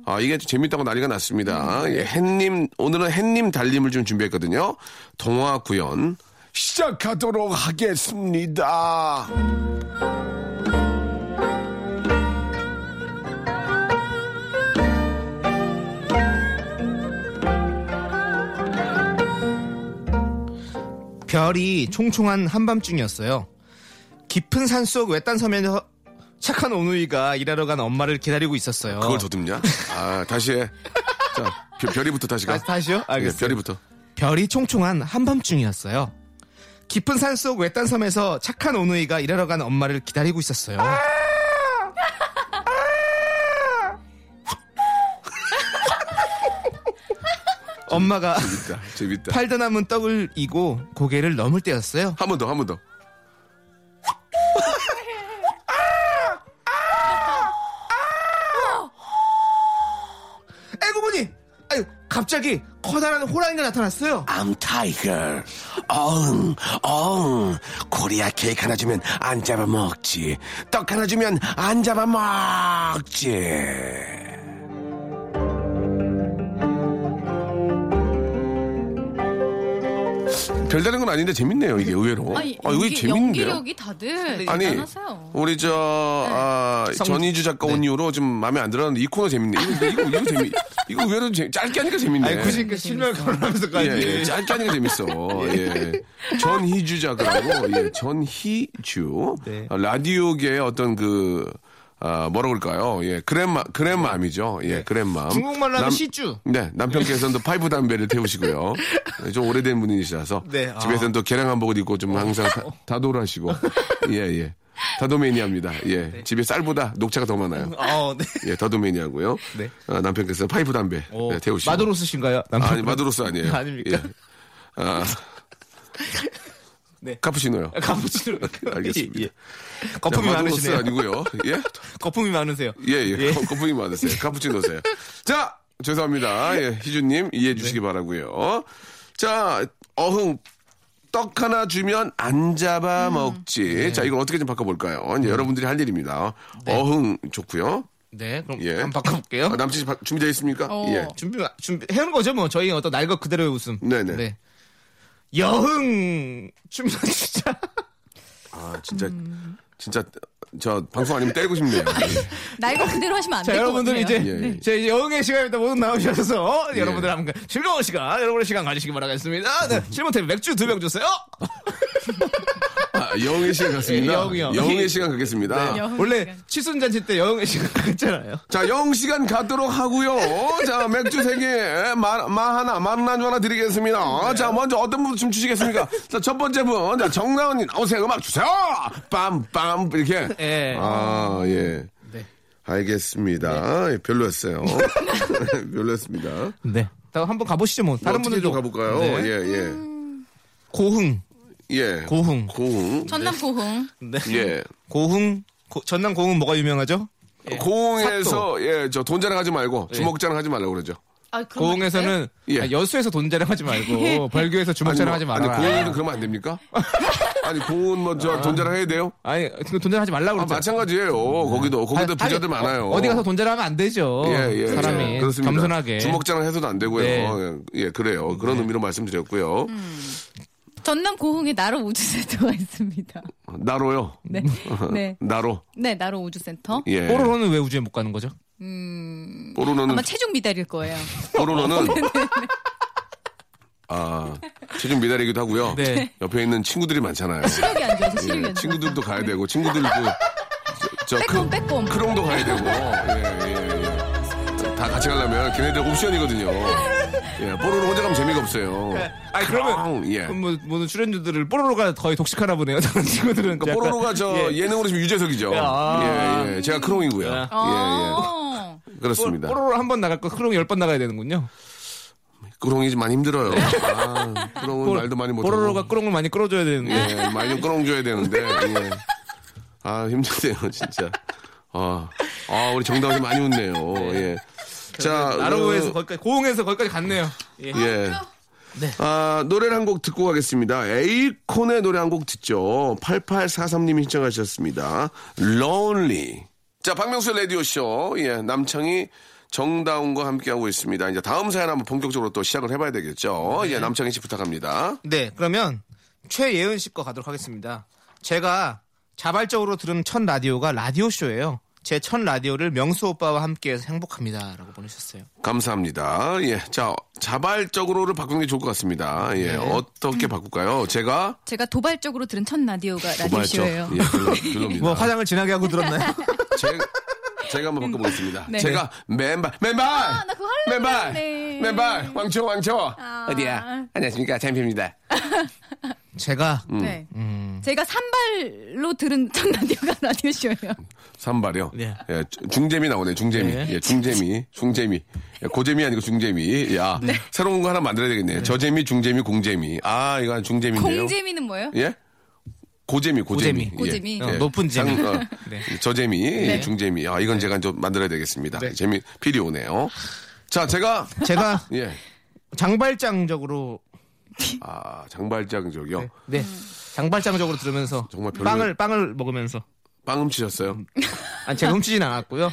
[SPEAKER 2] 아, 이게 좀 재밌다고 난리가 났습니다. 예, 햇님, 오늘은 햇님 달님을 좀 준비했거든요. 동화 구연. 시작하도록 하겠습니다.
[SPEAKER 4] 별이 총총한 한밤중이었어요. 깊은 산속 외딴 섬에서 착한 오누이가 일하러 간 엄마를 기다리고 있었어요.
[SPEAKER 2] 그걸 더듬냐? 아, 다시 해. 자, 별- 별이부터 다시 가.
[SPEAKER 4] 아, 다시요?
[SPEAKER 2] 예,
[SPEAKER 4] 알겠어요.
[SPEAKER 2] 별이부터.
[SPEAKER 4] 별이 총총한 한밤중이었어요. 깊은 산속 외딴 섬에서 착한 오누이가 일하러 간 엄마를 기다리고 있었어요. 아! 엄마가
[SPEAKER 2] 재밌다. 재밌다.
[SPEAKER 4] 팔다 남은 떡을 이고 고개를 넘을 때였어요.
[SPEAKER 2] 한 번 더, 한 번 더.
[SPEAKER 4] 애고보니 아유 갑자기 커다란 호랑이가 나타났어요.
[SPEAKER 1] I'm Tiger. 엉, 엉. 코리아 케이크 하나 주면 안 잡아먹지. 떡 하나 주면 안 잡아먹지.
[SPEAKER 2] 별다른 건 아닌데 재밌네요, 이게 의외로.
[SPEAKER 3] 아니,
[SPEAKER 2] 아, 이게
[SPEAKER 3] 연기-
[SPEAKER 2] 재밌는데요?
[SPEAKER 3] 연기력이 다들
[SPEAKER 2] 네, 아니,
[SPEAKER 3] 대단하세요. 네.
[SPEAKER 2] 우리 저, 아,
[SPEAKER 4] 성- 네.
[SPEAKER 2] 전희주 작가 온 이후로 좀 마음에 안 들었는데 이 코너 재밌네. 이거, 이거, 이거 재미, 이거 의외로 재, 짧게 하니까 재밌네.
[SPEAKER 4] 아니 굳이 그 실명 거론하면서까지.
[SPEAKER 2] 예, 예, 짧게 하는 게
[SPEAKER 4] [LAUGHS]
[SPEAKER 2] 재밌어. 예. 전희주 작가라고, 예, 전희주.
[SPEAKER 4] 네.
[SPEAKER 2] 아, 라디오계의 어떤 그, 아, 뭐라고 그럴까요? 예, 그랜마, 그랜맘이죠. 예, 그랜맘.
[SPEAKER 4] 네. 중국말로 하면
[SPEAKER 2] 남-
[SPEAKER 4] 시주.
[SPEAKER 2] 네, 남편께서는 또 파이브 담배를
[SPEAKER 4] [LAUGHS]
[SPEAKER 2] 태우시고요. 예, 좀 오래된 분이시라서.
[SPEAKER 4] 네, 아. 어.
[SPEAKER 2] 집에서는 또 계량 한복을 입고 좀 항상 다, 다도를 하시고.
[SPEAKER 4] [LAUGHS]
[SPEAKER 2] 예, 예. 다도매니아입니다. 예.
[SPEAKER 4] 네.
[SPEAKER 2] 집에 쌀보다 녹차가 더 많아요.
[SPEAKER 4] 어, 네.
[SPEAKER 2] 예, 다도매니아고요.
[SPEAKER 4] 네.
[SPEAKER 2] 아, 남편께서 파이브 담배
[SPEAKER 4] 어,
[SPEAKER 2] 네, 태우시고.
[SPEAKER 4] 아, [LAUGHS] 마도로스신가요?
[SPEAKER 2] 예. 아니 마드로스 아니에요.
[SPEAKER 4] 아닙니까?
[SPEAKER 2] 예. 아,
[SPEAKER 4] 네.
[SPEAKER 2] 카푸치노요.
[SPEAKER 4] 가보지로.
[SPEAKER 2] [LAUGHS] 알겠습니다.
[SPEAKER 4] 예, 거품이
[SPEAKER 2] 자, 마조로스
[SPEAKER 4] 많으시네요.
[SPEAKER 2] 아니고요. 예?
[SPEAKER 4] 거품이 많으세요.
[SPEAKER 2] 예, 예. 거품이 많으세요. 카푸치노세요. 자, 죄송합니다. 예, 희준님 이해해 주시기 바라고요 자, 어흥. 떡 하나 주면 안 잡아 먹지. 자, 이걸 어떻게 좀 바꿔볼까요? 이제 여러분들이 할 일입니다. 어흥 좋고요.
[SPEAKER 4] 네, 그럼
[SPEAKER 2] 예.
[SPEAKER 4] 한번 바꿔볼게요.
[SPEAKER 2] 아, 남친 씨 바- 준비되어 있습니까?
[SPEAKER 3] 어.
[SPEAKER 2] 예.
[SPEAKER 4] 준비 준비 해온 거죠 뭐 저희 어떤 날것 그대로의 웃음.
[SPEAKER 2] 네네.
[SPEAKER 4] 네. 여흥 춤나 주자.
[SPEAKER 2] 아, 진짜, 진짜, 저 방송 아니면 때리고 싶네요.
[SPEAKER 3] 나 이거 그대로 하시면 안
[SPEAKER 4] 자
[SPEAKER 3] 될 것
[SPEAKER 4] 네, 여러분들
[SPEAKER 3] 같아요.
[SPEAKER 4] 이제
[SPEAKER 2] 예, 예.
[SPEAKER 4] 제 이제 여흥의 시간입니다. 모두 나오셔서 어?
[SPEAKER 2] 예.
[SPEAKER 4] 여러분들 함께 즐거운 시간, 여러분의 시간 가지시기 바라겠습니다.
[SPEAKER 2] 음.
[SPEAKER 4] 네, 실무태 맥주 두 병 주세요.
[SPEAKER 2] 아, 영의 시간 갔습니다.
[SPEAKER 4] 예, 네, 영이요.
[SPEAKER 2] 영의 시간 가겠습니다.
[SPEAKER 3] 여흥
[SPEAKER 4] 원래
[SPEAKER 3] 시간.
[SPEAKER 4] 칠순 잔치 때 여흥의 시간 [LAUGHS] 갔잖아요.
[SPEAKER 2] 자, 영 시간 갖도록 하고요. 자, 맥주 세 개, 마, 마 하나, 만난주 하나 드리겠습니다.
[SPEAKER 4] 네.
[SPEAKER 2] 자, 먼저 어떤 분부터 춤 주시겠습니까? 자, 첫 번째 분, 자, 정나은님 나오세요. 음악 주세요. 빰, 빰, 이렇게.
[SPEAKER 4] 예.
[SPEAKER 2] 아, 예.
[SPEAKER 4] 네.
[SPEAKER 2] 알겠습니다. 예,
[SPEAKER 4] [LAUGHS]
[SPEAKER 2] 별로였어요. 별로였습니다.
[SPEAKER 4] 네. 다음 한번 가보시죠 뭐. 다른
[SPEAKER 2] 어떻게
[SPEAKER 4] 분들도
[SPEAKER 2] 좀 가볼까요?
[SPEAKER 4] 네.
[SPEAKER 2] 예,
[SPEAKER 4] 고흥,
[SPEAKER 2] 예. 예.
[SPEAKER 4] 고흥,
[SPEAKER 2] 고흥.
[SPEAKER 3] 전남 고흥.
[SPEAKER 4] 네.
[SPEAKER 2] 예.
[SPEAKER 4] 고흥. 고- 전남 고흥 뭐가 유명하죠?
[SPEAKER 2] 고흥에서, 예, 저 돈 자랑하지 말고,
[SPEAKER 4] 예.
[SPEAKER 2] 주먹 자랑하지 말라고 그러죠.
[SPEAKER 3] 아, 그런 거 있어요?
[SPEAKER 4] 고흥에서는
[SPEAKER 2] 예.
[SPEAKER 4] 아, 여수에서 돈 자랑하지 말고 벌교에서 주먹 자랑하지
[SPEAKER 2] 뭐,
[SPEAKER 4] 마라.
[SPEAKER 2] 아니, 고은은 그러면 안 됩니까? [LAUGHS] 아니, 고은 뭐, 저, 돈 자랑해야 돼요?
[SPEAKER 4] 아니, 그돈 자랑하지 말라고
[SPEAKER 2] 아,
[SPEAKER 4] 그랬잖아.
[SPEAKER 2] 마찬가지예요. 거기도, 거기도
[SPEAKER 4] 음. 아니,
[SPEAKER 2] 부자들
[SPEAKER 4] 아니,
[SPEAKER 2] 많아요.
[SPEAKER 4] 어, 디 가서 돈 자랑하면 안 되죠.
[SPEAKER 2] 예, 예.
[SPEAKER 4] 사람이
[SPEAKER 2] 그렇습니다.
[SPEAKER 4] 겸손하게.
[SPEAKER 2] 주먹 자랑해서도 안 되고요.
[SPEAKER 4] 네.
[SPEAKER 2] 예, 그래요. 그런 의미로 말씀드렸고요.
[SPEAKER 3] 전남 고흥에 나로 우주센터가 [LAUGHS] 있습니다.
[SPEAKER 2] 나로요.
[SPEAKER 3] 네.
[SPEAKER 2] [LAUGHS]
[SPEAKER 3] 네.
[SPEAKER 2] 나로.
[SPEAKER 3] 네, 나로 우주센터.
[SPEAKER 2] 예.
[SPEAKER 4] 뽀로로는 왜 우주에 못 가는 거죠?
[SPEAKER 3] 음.
[SPEAKER 2] 뽀로로는,
[SPEAKER 3] 아마 체중 미달일 거예요.
[SPEAKER 2] 뽀로로는, [LAUGHS] 네. 아, 체중 미달이기도 하고요.
[SPEAKER 4] 네.
[SPEAKER 2] 옆에 있는 친구들이 [LAUGHS] 많잖아요.
[SPEAKER 3] 시력이 안 좋아서 시력이
[SPEAKER 2] 예,
[SPEAKER 3] 안 좋아.
[SPEAKER 2] 친구들도 가야 되고, 친구들도, 저, 저
[SPEAKER 3] 빼꼼 빼꼼.
[SPEAKER 2] 크롱도 가야 되고 예, 예, 예. 다 같이 가려면 걔네들 옵션이거든요. 예, 뽀로로 혼자 가면 재미가 없어요.
[SPEAKER 4] 아니, 그러면.
[SPEAKER 2] 크롱, 예.
[SPEAKER 4] 그럼 뭐, 뭐 출연주들을 뽀로로가 거의 독식하나 보네요. 다른 친구들은.
[SPEAKER 2] 그러니까 뽀로로가 저
[SPEAKER 4] 예.
[SPEAKER 2] 예. 능으로 지금 유재석이죠.
[SPEAKER 4] 아.
[SPEAKER 2] 예, 예. 제가 크롱이고요.
[SPEAKER 4] 아.
[SPEAKER 2] 예,
[SPEAKER 3] 어.
[SPEAKER 2] 예. 그렇습니다.
[SPEAKER 4] 뽀로로 한 번 나갈 거 크롱 열 번 나가야 되는군요.
[SPEAKER 2] 크롱이 좀 많이 힘들어요. 아, 크롱은
[SPEAKER 4] 뽀-
[SPEAKER 2] 말도 많이 못하고.
[SPEAKER 4] 뽀로로가 크롱을 많이 끌어줘야 되는데.
[SPEAKER 2] 예, 많이 좀 크롱 줘야 되는데. 예. 아, 힘드네요, 진짜. 아, 아 우리 정다운이 많이 웃네요. 예. 자,
[SPEAKER 4] 나로에서
[SPEAKER 2] 그-
[SPEAKER 4] 거기까지 고흥에서 거기까지 네. 갔네요. 예.
[SPEAKER 2] 예. 아, 노래를 한 곡 듣고 가겠습니다. 에이콘의 노래 한 곡 듣죠. 8843님이 신청하셨습니다. Lonely. 자, 박명수 라디오쇼. 예, 남창희 정다운과 함께하고 있습니다. 이제 다음 사연 한번 본격적으로 또 시작을 해봐야 되겠죠. 예, 남창희 씨 부탁합니다.
[SPEAKER 4] 네, 그러면 최예은 씨 거 가도록 하겠습니다. 제가 자발적으로 들은 첫 라디오가 라디오 쇼예요. 제 첫 라디오를 명수 오빠와 함께해서 행복합니다라고 보내셨어요.
[SPEAKER 2] 감사합니다. 예, 자, 자발적으로를 바꾸는 게 좋을 것 같습니다. 예,
[SPEAKER 3] 네.
[SPEAKER 2] 어떻게 바꿀까요? 제가.
[SPEAKER 3] 제가 도발적으로 들은 첫 라디오가
[SPEAKER 2] 도발적.
[SPEAKER 3] 라디오쇼예요.
[SPEAKER 2] 예, 별로, 별로입니다.
[SPEAKER 4] 뭐 화장을 진하게 하고 [LAUGHS] 들었나요?
[SPEAKER 2] 제, 제가 한번 바꿔보겠습니다.
[SPEAKER 3] 네. 아,
[SPEAKER 2] 제가 맨발, 맨발!
[SPEAKER 3] 나 그거 하려고
[SPEAKER 2] 맨발!
[SPEAKER 3] 그랬네. 아.
[SPEAKER 2] 맨발! 왕초, 왕초!
[SPEAKER 3] 어디야?
[SPEAKER 2] 안녕하십니까, 잼피입니다.
[SPEAKER 4] 제가
[SPEAKER 2] 음.
[SPEAKER 3] 네. 제가 산발로 들은 첫 라디오가 라디오쇼예요.
[SPEAKER 2] 산발이요?
[SPEAKER 4] 네.
[SPEAKER 2] 예, 중- 중재미 나오네, 중재미.
[SPEAKER 4] 네.
[SPEAKER 2] 예, 중재미, 중재미. 예, 고재미 아니고 중재미. 야,
[SPEAKER 3] 네.
[SPEAKER 2] 새로운 거 하나 만들어야 되겠네. 저재미, 중재미, 공재미. 아, 이거 중재미인데요?
[SPEAKER 3] 공재미는 뭐예요?
[SPEAKER 2] 예? 고재미, 고재미.
[SPEAKER 3] 고재미. 네.
[SPEAKER 4] 어, 높은 재미. [LAUGHS] 네.
[SPEAKER 2] 상- 어, 저재미, 예, 중재미. 아, 이건 제가 좀 만들어야 되겠습니다.
[SPEAKER 4] 네.
[SPEAKER 2] 재미, 필이 오네요. 자, 제가,
[SPEAKER 4] 제가
[SPEAKER 2] 예.
[SPEAKER 4] 장발장적으로
[SPEAKER 2] 아, 장발장적이요?
[SPEAKER 4] 네 장발장적으로 들으면서
[SPEAKER 2] 정말 별로-
[SPEAKER 4] 빵을 빵을 먹으면서
[SPEAKER 2] 빵 훔치셨어요?
[SPEAKER 4] 아니 제가 훔치진 않았고요.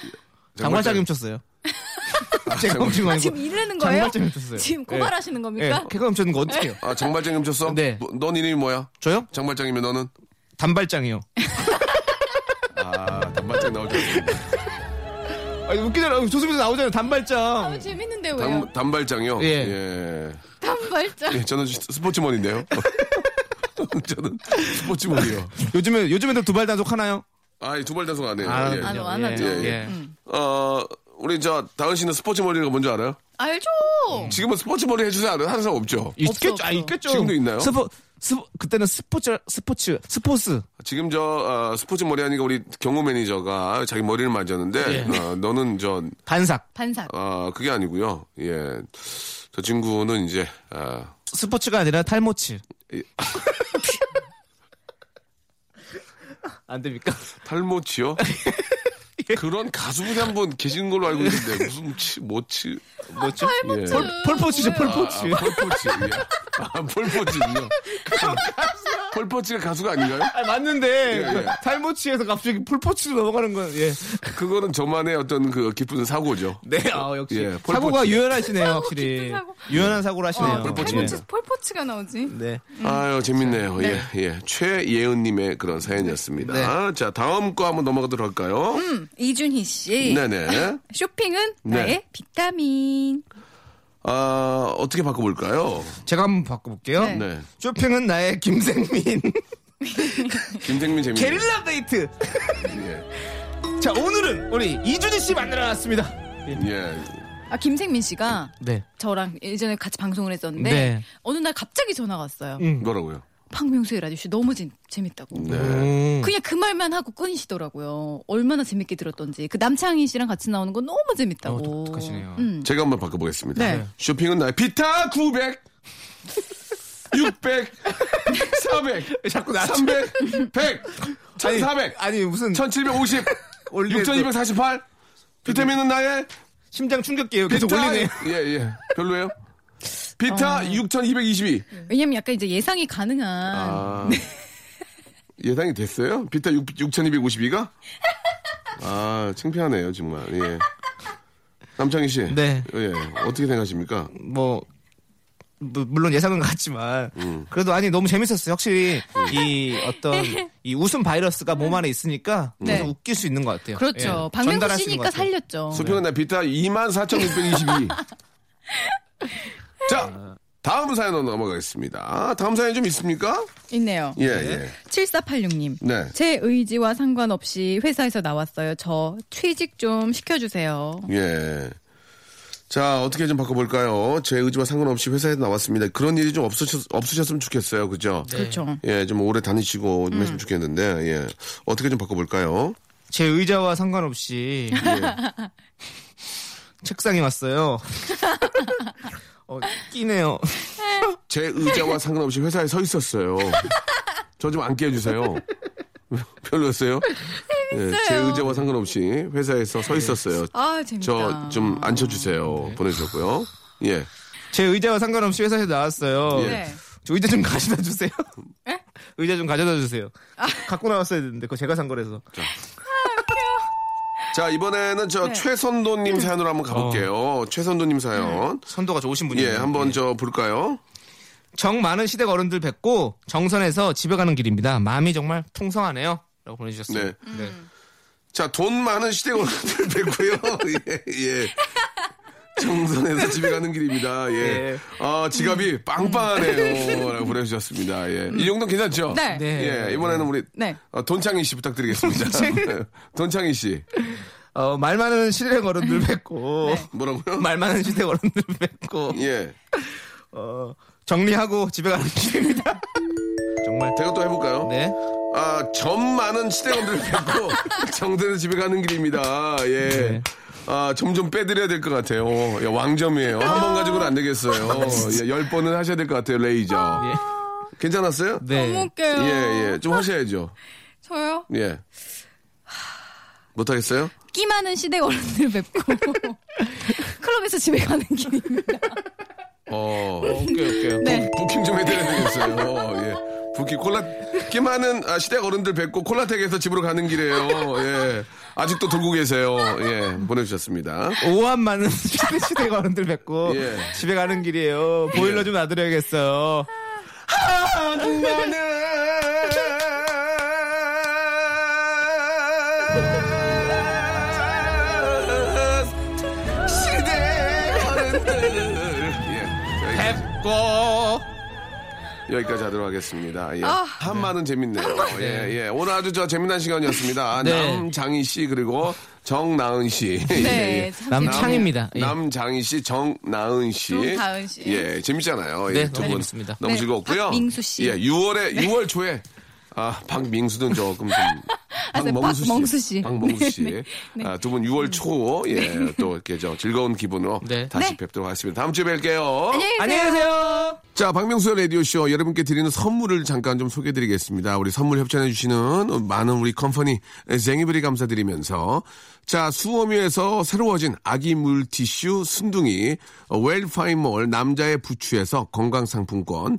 [SPEAKER 4] 장발장 훔쳤어요.
[SPEAKER 2] 아,
[SPEAKER 4] 제가 훔친 거
[SPEAKER 3] 아,
[SPEAKER 4] 아니고
[SPEAKER 3] 지금 이러는 거예요?
[SPEAKER 4] 장발장 훔쳤어요.
[SPEAKER 3] 지금
[SPEAKER 4] 예.
[SPEAKER 3] 고발하시는
[SPEAKER 4] 예,
[SPEAKER 3] 겁니까?
[SPEAKER 4] 걔가 훔쳤는 거 어떻게 해요?
[SPEAKER 2] 아, 장발장 훔쳤어?
[SPEAKER 4] 네.
[SPEAKER 2] 뭐, 넌 이름이 뭐야?
[SPEAKER 4] 저요?
[SPEAKER 2] 장발장이면 너는?
[SPEAKER 4] 단발장이요.
[SPEAKER 2] 아, 단발장 나올 줄 알았어.
[SPEAKER 3] [LAUGHS]
[SPEAKER 4] 아니 웃기잖아. 조수미도 나오잖아요. 단발장.
[SPEAKER 3] 어, 재밌는데 왜요?
[SPEAKER 2] 단, 단발장이요?
[SPEAKER 4] 예.
[SPEAKER 2] 예.
[SPEAKER 3] 단발장.
[SPEAKER 2] 예, 저는 스포츠머니인데요. [LAUGHS] 저는 스포츠머니요.
[SPEAKER 4] 요즘에 요즘에도 두발 단속 하나요?
[SPEAKER 2] 아, 이 두발 단속 안 해요.
[SPEAKER 4] 안
[SPEAKER 2] 예.
[SPEAKER 4] 하죠.
[SPEAKER 3] 아, 안 하죠.
[SPEAKER 2] 예, 예. 어, 우리 저, 다은 씨는 스포츠머니가 뭔지 알아요?
[SPEAKER 3] 알죠.
[SPEAKER 2] 지금은 스포츠머니 해주세요. 아는 하는 사람 없죠?
[SPEAKER 4] 있겠죠.
[SPEAKER 3] 없어.
[SPEAKER 4] 아, 있겠죠.
[SPEAKER 2] 지금도 있나요?
[SPEAKER 4] 스포 스포 그때는 스포츠 스포츠 스포츠.
[SPEAKER 2] 지금 저, 어, 스포츠머니 하니까 우리 경호 매니저가 자기 머리를 만졌는데,
[SPEAKER 4] 예.
[SPEAKER 2] 어, 너는 저,
[SPEAKER 4] 반삭.
[SPEAKER 3] 반삭.
[SPEAKER 2] 아, 그게 아니고요. 예. 저 친구는 이제, 아, 예.
[SPEAKER 4] 스포츠가 아니라 탈모치. [LAUGHS] 안 됩니까? [LAUGHS]
[SPEAKER 2] 탈모치요?
[SPEAKER 4] 예.
[SPEAKER 2] 그런 가수분이 한 분 계신 걸로 알고 있는데 무슨 치, 뭐치?
[SPEAKER 4] 뭐죠?
[SPEAKER 2] 예.
[SPEAKER 4] 폴포츠죠,
[SPEAKER 3] 음.
[SPEAKER 4] 폴포츠.
[SPEAKER 2] 아, 폴포치. 예. 아, 폴포치군요. 폴포치가 가수가 아닌가요?
[SPEAKER 4] 아, 맞는데
[SPEAKER 2] 예.
[SPEAKER 4] 탈모치에서 갑자기 폴포츠로 넘어가는 건 예.
[SPEAKER 2] 그거는 저만의 어떤 그 깊은 사고죠.
[SPEAKER 4] 네, 아 역시
[SPEAKER 2] 예, 폴포츠. 아,
[SPEAKER 4] 사고가 유연하시네요, 확실히.
[SPEAKER 3] 깊은 사고.
[SPEAKER 4] 유연한 사고를 하시네요.
[SPEAKER 3] 어,
[SPEAKER 2] 예.
[SPEAKER 3] 폴포츠, 폴포츠가 나오지.
[SPEAKER 2] 음.
[SPEAKER 4] 네.
[SPEAKER 2] 아유, 재밌네요. 예, 예. 최예은님의 그런 사연이었습니다.
[SPEAKER 4] 네.
[SPEAKER 2] 자, 다음 거 한번 넘어가도록 할까요?
[SPEAKER 3] 음, 이준희 씨.
[SPEAKER 2] 네네.
[SPEAKER 3] 쇼핑은
[SPEAKER 2] 네.
[SPEAKER 3] 나의 비타민.
[SPEAKER 2] 아, 어떻게 바꿔볼까요?
[SPEAKER 4] 제가 한번 바꿔볼게요.
[SPEAKER 3] 네.
[SPEAKER 2] 네.
[SPEAKER 4] 쇼핑은 나의 김생민.
[SPEAKER 2] 김생민 재밌네요.
[SPEAKER 4] 음. 게릴라 데이트. [LAUGHS]
[SPEAKER 2] 예.
[SPEAKER 4] 자, 오늘은 우리 이준희 씨 만나러 왔습니다.
[SPEAKER 2] 예.
[SPEAKER 3] 아, 김생민 씨가
[SPEAKER 4] 네.
[SPEAKER 3] 저랑 예전에 같이 방송을 했었는데
[SPEAKER 4] 네. 음.
[SPEAKER 3] 어느 날 갑자기 전화가 왔어요.
[SPEAKER 2] 뭐라고요?
[SPEAKER 3] 박명수의 라디오 쇼 너무 재, 재밌다고.
[SPEAKER 2] 네.
[SPEAKER 4] 음.
[SPEAKER 3] 그냥 그 말만 하고 끊이시더라고요. 얼마나 재밌게 들었던지. 그 남창희 씨랑 같이 나오는 건 너무 재밌다고.
[SPEAKER 4] 어, 독특하시네요.
[SPEAKER 3] 음.
[SPEAKER 2] 제가 한번 바꿔보겠습니다.
[SPEAKER 3] 네.
[SPEAKER 2] 쇼핑은 나의 비타 900, 600, 400,
[SPEAKER 4] 자꾸 나
[SPEAKER 2] 300, 100, 1400,
[SPEAKER 4] 아, 아니 무슨
[SPEAKER 2] 1750,
[SPEAKER 4] 올리네,
[SPEAKER 2] 6248. 비타민은 나의
[SPEAKER 4] 심장 충격기예요. 계속
[SPEAKER 2] 비타-
[SPEAKER 4] 올리네요. 어.
[SPEAKER 2] 예, 예. 별로예요? 비타 6222.
[SPEAKER 3] 왜냐면 약간 이제 예상이 가능한.
[SPEAKER 2] 아.
[SPEAKER 4] 네.
[SPEAKER 2] 예상이 됐어요? 비타 6, 6252가? 아, 창피하네요, 정말. 예. 남창희 씨.
[SPEAKER 4] 네.
[SPEAKER 2] 예. 어떻게 생각하십니까?
[SPEAKER 4] 뭐, 뭐, 물론 예상은 같지만 그래도 아니 너무 재밌었어요. 확실히 이 어떤 이 웃음 바이러스가 몸 안에 있으니까
[SPEAKER 3] 네.
[SPEAKER 4] 계속 웃길 수 있는 것 같아요.
[SPEAKER 3] 그렇죠.
[SPEAKER 4] 예. 전달할 수
[SPEAKER 3] 박명수
[SPEAKER 4] 있는
[SPEAKER 3] 씨니까
[SPEAKER 4] 것 같아요.
[SPEAKER 3] 살렸죠.
[SPEAKER 2] 수평은 나 네, 비타
[SPEAKER 4] [LAUGHS]
[SPEAKER 2] 24,622. 자, 다음 사연으로 넘어가겠습니다. 다음 사연 좀 있습니까?
[SPEAKER 3] 있네요.
[SPEAKER 2] 예, 예.
[SPEAKER 3] 7486님.
[SPEAKER 2] 네.
[SPEAKER 3] 제 의지와 상관없이 회사에서 나왔어요. 저 취직 좀 시켜주세요.
[SPEAKER 2] 예. 자, 어떻게 좀 바꿔볼까요? 제 의지와 상관없이 회사에 나왔습니다. 그런 일이 좀 없으셨, 없으셨으면 좋겠어요. 그죠?
[SPEAKER 3] 그렇죠.
[SPEAKER 2] 예, 좀 오래 다니시고 좀 했으면 좋겠는데, 예. 어떻게 좀 바꿔볼까요?
[SPEAKER 4] 제 의자와 상관없이 예.
[SPEAKER 3] [LAUGHS]
[SPEAKER 4] 책상이 왔어요. [LAUGHS] 어, 끼네요.
[SPEAKER 2] 제 의자와 상관없이 회사에 서 있었어요. 저 좀 안 깨워주세요. 별로였어요? 예, 제 의자와 상관없이 회사에서 서 있었어요.
[SPEAKER 3] 아, 재밌다.
[SPEAKER 2] 저 좀 앉혀주세요. 보내주셨고요. 예.
[SPEAKER 4] 제 의자와 상관없이 회사에서 나왔어요.
[SPEAKER 2] 예.
[SPEAKER 3] 네.
[SPEAKER 4] 저 의자 좀 가져다 주세요. 의자 좀 가져다 주세요. 갖고 나왔어야 되는데 그거 제가 산 거라서.
[SPEAKER 2] 자, 이번에는 저 최선도님 사연으로 한번 가볼게요. 최선도님 사연.
[SPEAKER 4] 선도가 좋으신 분이에요.
[SPEAKER 2] 예, 한번 저 볼까요?
[SPEAKER 4] 정 많은 시댁 어른들 뵙고 정선에서 집에 가는 길입니다. 마음이 정말 풍성하네요. 라고 보내주셨어요.
[SPEAKER 2] 네. 자, 돈 많은 시댁 [LAUGHS] 어른들 뵙고요. 예, 예. 정선에서 집에 가는 길입니다. 예.
[SPEAKER 4] 예.
[SPEAKER 2] 아, 지갑이 빵빵하네요. 라고 보내주셨습니다. 예. 이 정도 괜찮죠?
[SPEAKER 3] 네.
[SPEAKER 4] 네.
[SPEAKER 2] 예, 이번에는 우리
[SPEAKER 3] 네.
[SPEAKER 2] 어, 돈창희 씨 부탁드리겠습니다. [LAUGHS] 네. 돈창희 씨.
[SPEAKER 4] 어, 말 많은 시댁 어른들 뵙고
[SPEAKER 2] 네. 뭐라고요?
[SPEAKER 4] [LAUGHS] 말 많은 시댁 어른들 뵙고
[SPEAKER 2] 예.
[SPEAKER 4] 어, 정리하고 집에 가는 길입니다. [LAUGHS] 정말
[SPEAKER 2] 제가 또 해볼까요?
[SPEAKER 4] 네.
[SPEAKER 2] 아, 점 많은 시대원들을 뵙고
[SPEAKER 3] [LAUGHS]
[SPEAKER 2] 정대는 집에 가는 길입니다. 예.
[SPEAKER 4] 네.
[SPEAKER 2] 아, 점 좀 빼드려야 될 것 같아요. 어, 야, 왕점이에요. 한 번 가지고는 안 되겠어요. 예, 열 번은 하셔야 될 것 같아요, 레이저. 예. 괜찮았어요?
[SPEAKER 4] 네.
[SPEAKER 3] 웃겨요.
[SPEAKER 2] 예, 예. 좀 하셔야죠.
[SPEAKER 3] 저요?
[SPEAKER 2] 예. 못하겠어요?
[SPEAKER 3] 끼 많은 시댁 어른들
[SPEAKER 2] [LAUGHS]
[SPEAKER 3] 뵙고 클럽에서 집에 가는 길입니다.
[SPEAKER 2] 어.
[SPEAKER 4] 오케이, 오케이.
[SPEAKER 3] 네.
[SPEAKER 2] 부킹 좀 해드려야 되겠어요. 어, 예. 부킹 콜라 끼 많은 아, 시댁 어른들 뵙고 콜라텍에서 집으로 가는 길이에요. 예. 아직도 돌고 계세요. 예. 보내주셨습니다.
[SPEAKER 4] 오한 많은 [LAUGHS] 시댁 시댁 어른들 뵙고
[SPEAKER 2] 예.
[SPEAKER 4] 집에 가는 길이에요. 보일러 좀 놔드려야겠어요.
[SPEAKER 2] 예,
[SPEAKER 4] 뵙고
[SPEAKER 2] 여기까지 하도록 하겠습니다. 예.
[SPEAKER 3] 아.
[SPEAKER 2] 한마는 재밌네요. 예, 예. 오늘 아주 저 재미난 시간이었습니다. 아,
[SPEAKER 4] [LAUGHS] 네.
[SPEAKER 2] 남장희 씨, 그리고 정나은 씨. [LAUGHS] 예,
[SPEAKER 3] 네.
[SPEAKER 2] 예.
[SPEAKER 3] 참
[SPEAKER 4] 남-
[SPEAKER 3] 재밌-
[SPEAKER 4] 창입니다. 예.
[SPEAKER 2] 남장희 씨, 정나은 씨.
[SPEAKER 3] 정다은 씨.
[SPEAKER 2] 예, 재밌잖아요.
[SPEAKER 4] 네,
[SPEAKER 2] 예,
[SPEAKER 4] 너무 재밌습니다.
[SPEAKER 2] 너무
[SPEAKER 3] 네,
[SPEAKER 2] 즐거웠고요.
[SPEAKER 3] 박민수 씨. 네.
[SPEAKER 2] 예, 6월에, 6월 초에. 아, 박민수는 조금 좀.
[SPEAKER 3] 아, 저
[SPEAKER 2] 박멍수 씨.
[SPEAKER 3] 박멍수 씨.
[SPEAKER 2] 박멍수 씨.
[SPEAKER 3] [LAUGHS] 네, 네.
[SPEAKER 2] 아, 두 분 6월 초, 예, 또 이렇게 저 즐거운 기분으로
[SPEAKER 4] 네.
[SPEAKER 2] 다시
[SPEAKER 3] 네.
[SPEAKER 2] 뵙도록 하겠습니다. 다음 주에 뵐게요.
[SPEAKER 3] 안녕히 계세요.
[SPEAKER 4] 안녕히 계세요.
[SPEAKER 2] 자, 박명수의 라디오쇼 여러분께 드리는 선물을 잠깐 좀 소개해드리겠습니다. 우리 선물 협찬해주시는 많은 우리 컴퍼니 쟁이브리 감사드리면서 자, 수어미에서 새로워진 아기 물티슈 순둥이 어, 웰파인몰 남자의 부추에서 건강상품권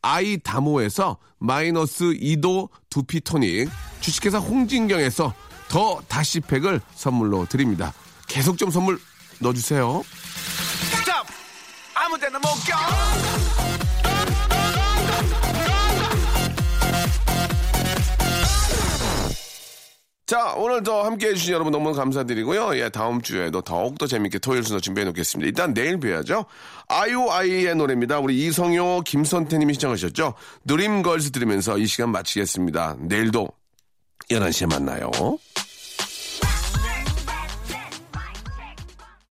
[SPEAKER 2] 아이다모에서 마이너스 2도 두피 토닉, 주식회사 홍진경에서 더 다시팩을 선물로 드립니다. 계속 좀 선물 넣어주세요.
[SPEAKER 1] 아무데나 못 껴.
[SPEAKER 2] 자, 오늘 더 함께 해주신 여러분 너무 감사드리고요. 예, 다음 주에도 더욱더 재밌게 토요일 순서 준비해 놓겠습니다. 일단 내일 뵈야죠. 아이오아이의 노래입니다. 우리 이성효, 김선태님이 시청하셨죠? 드림걸스 들으면서 이 시간 마치겠습니다. 내일도 11시에 만나요.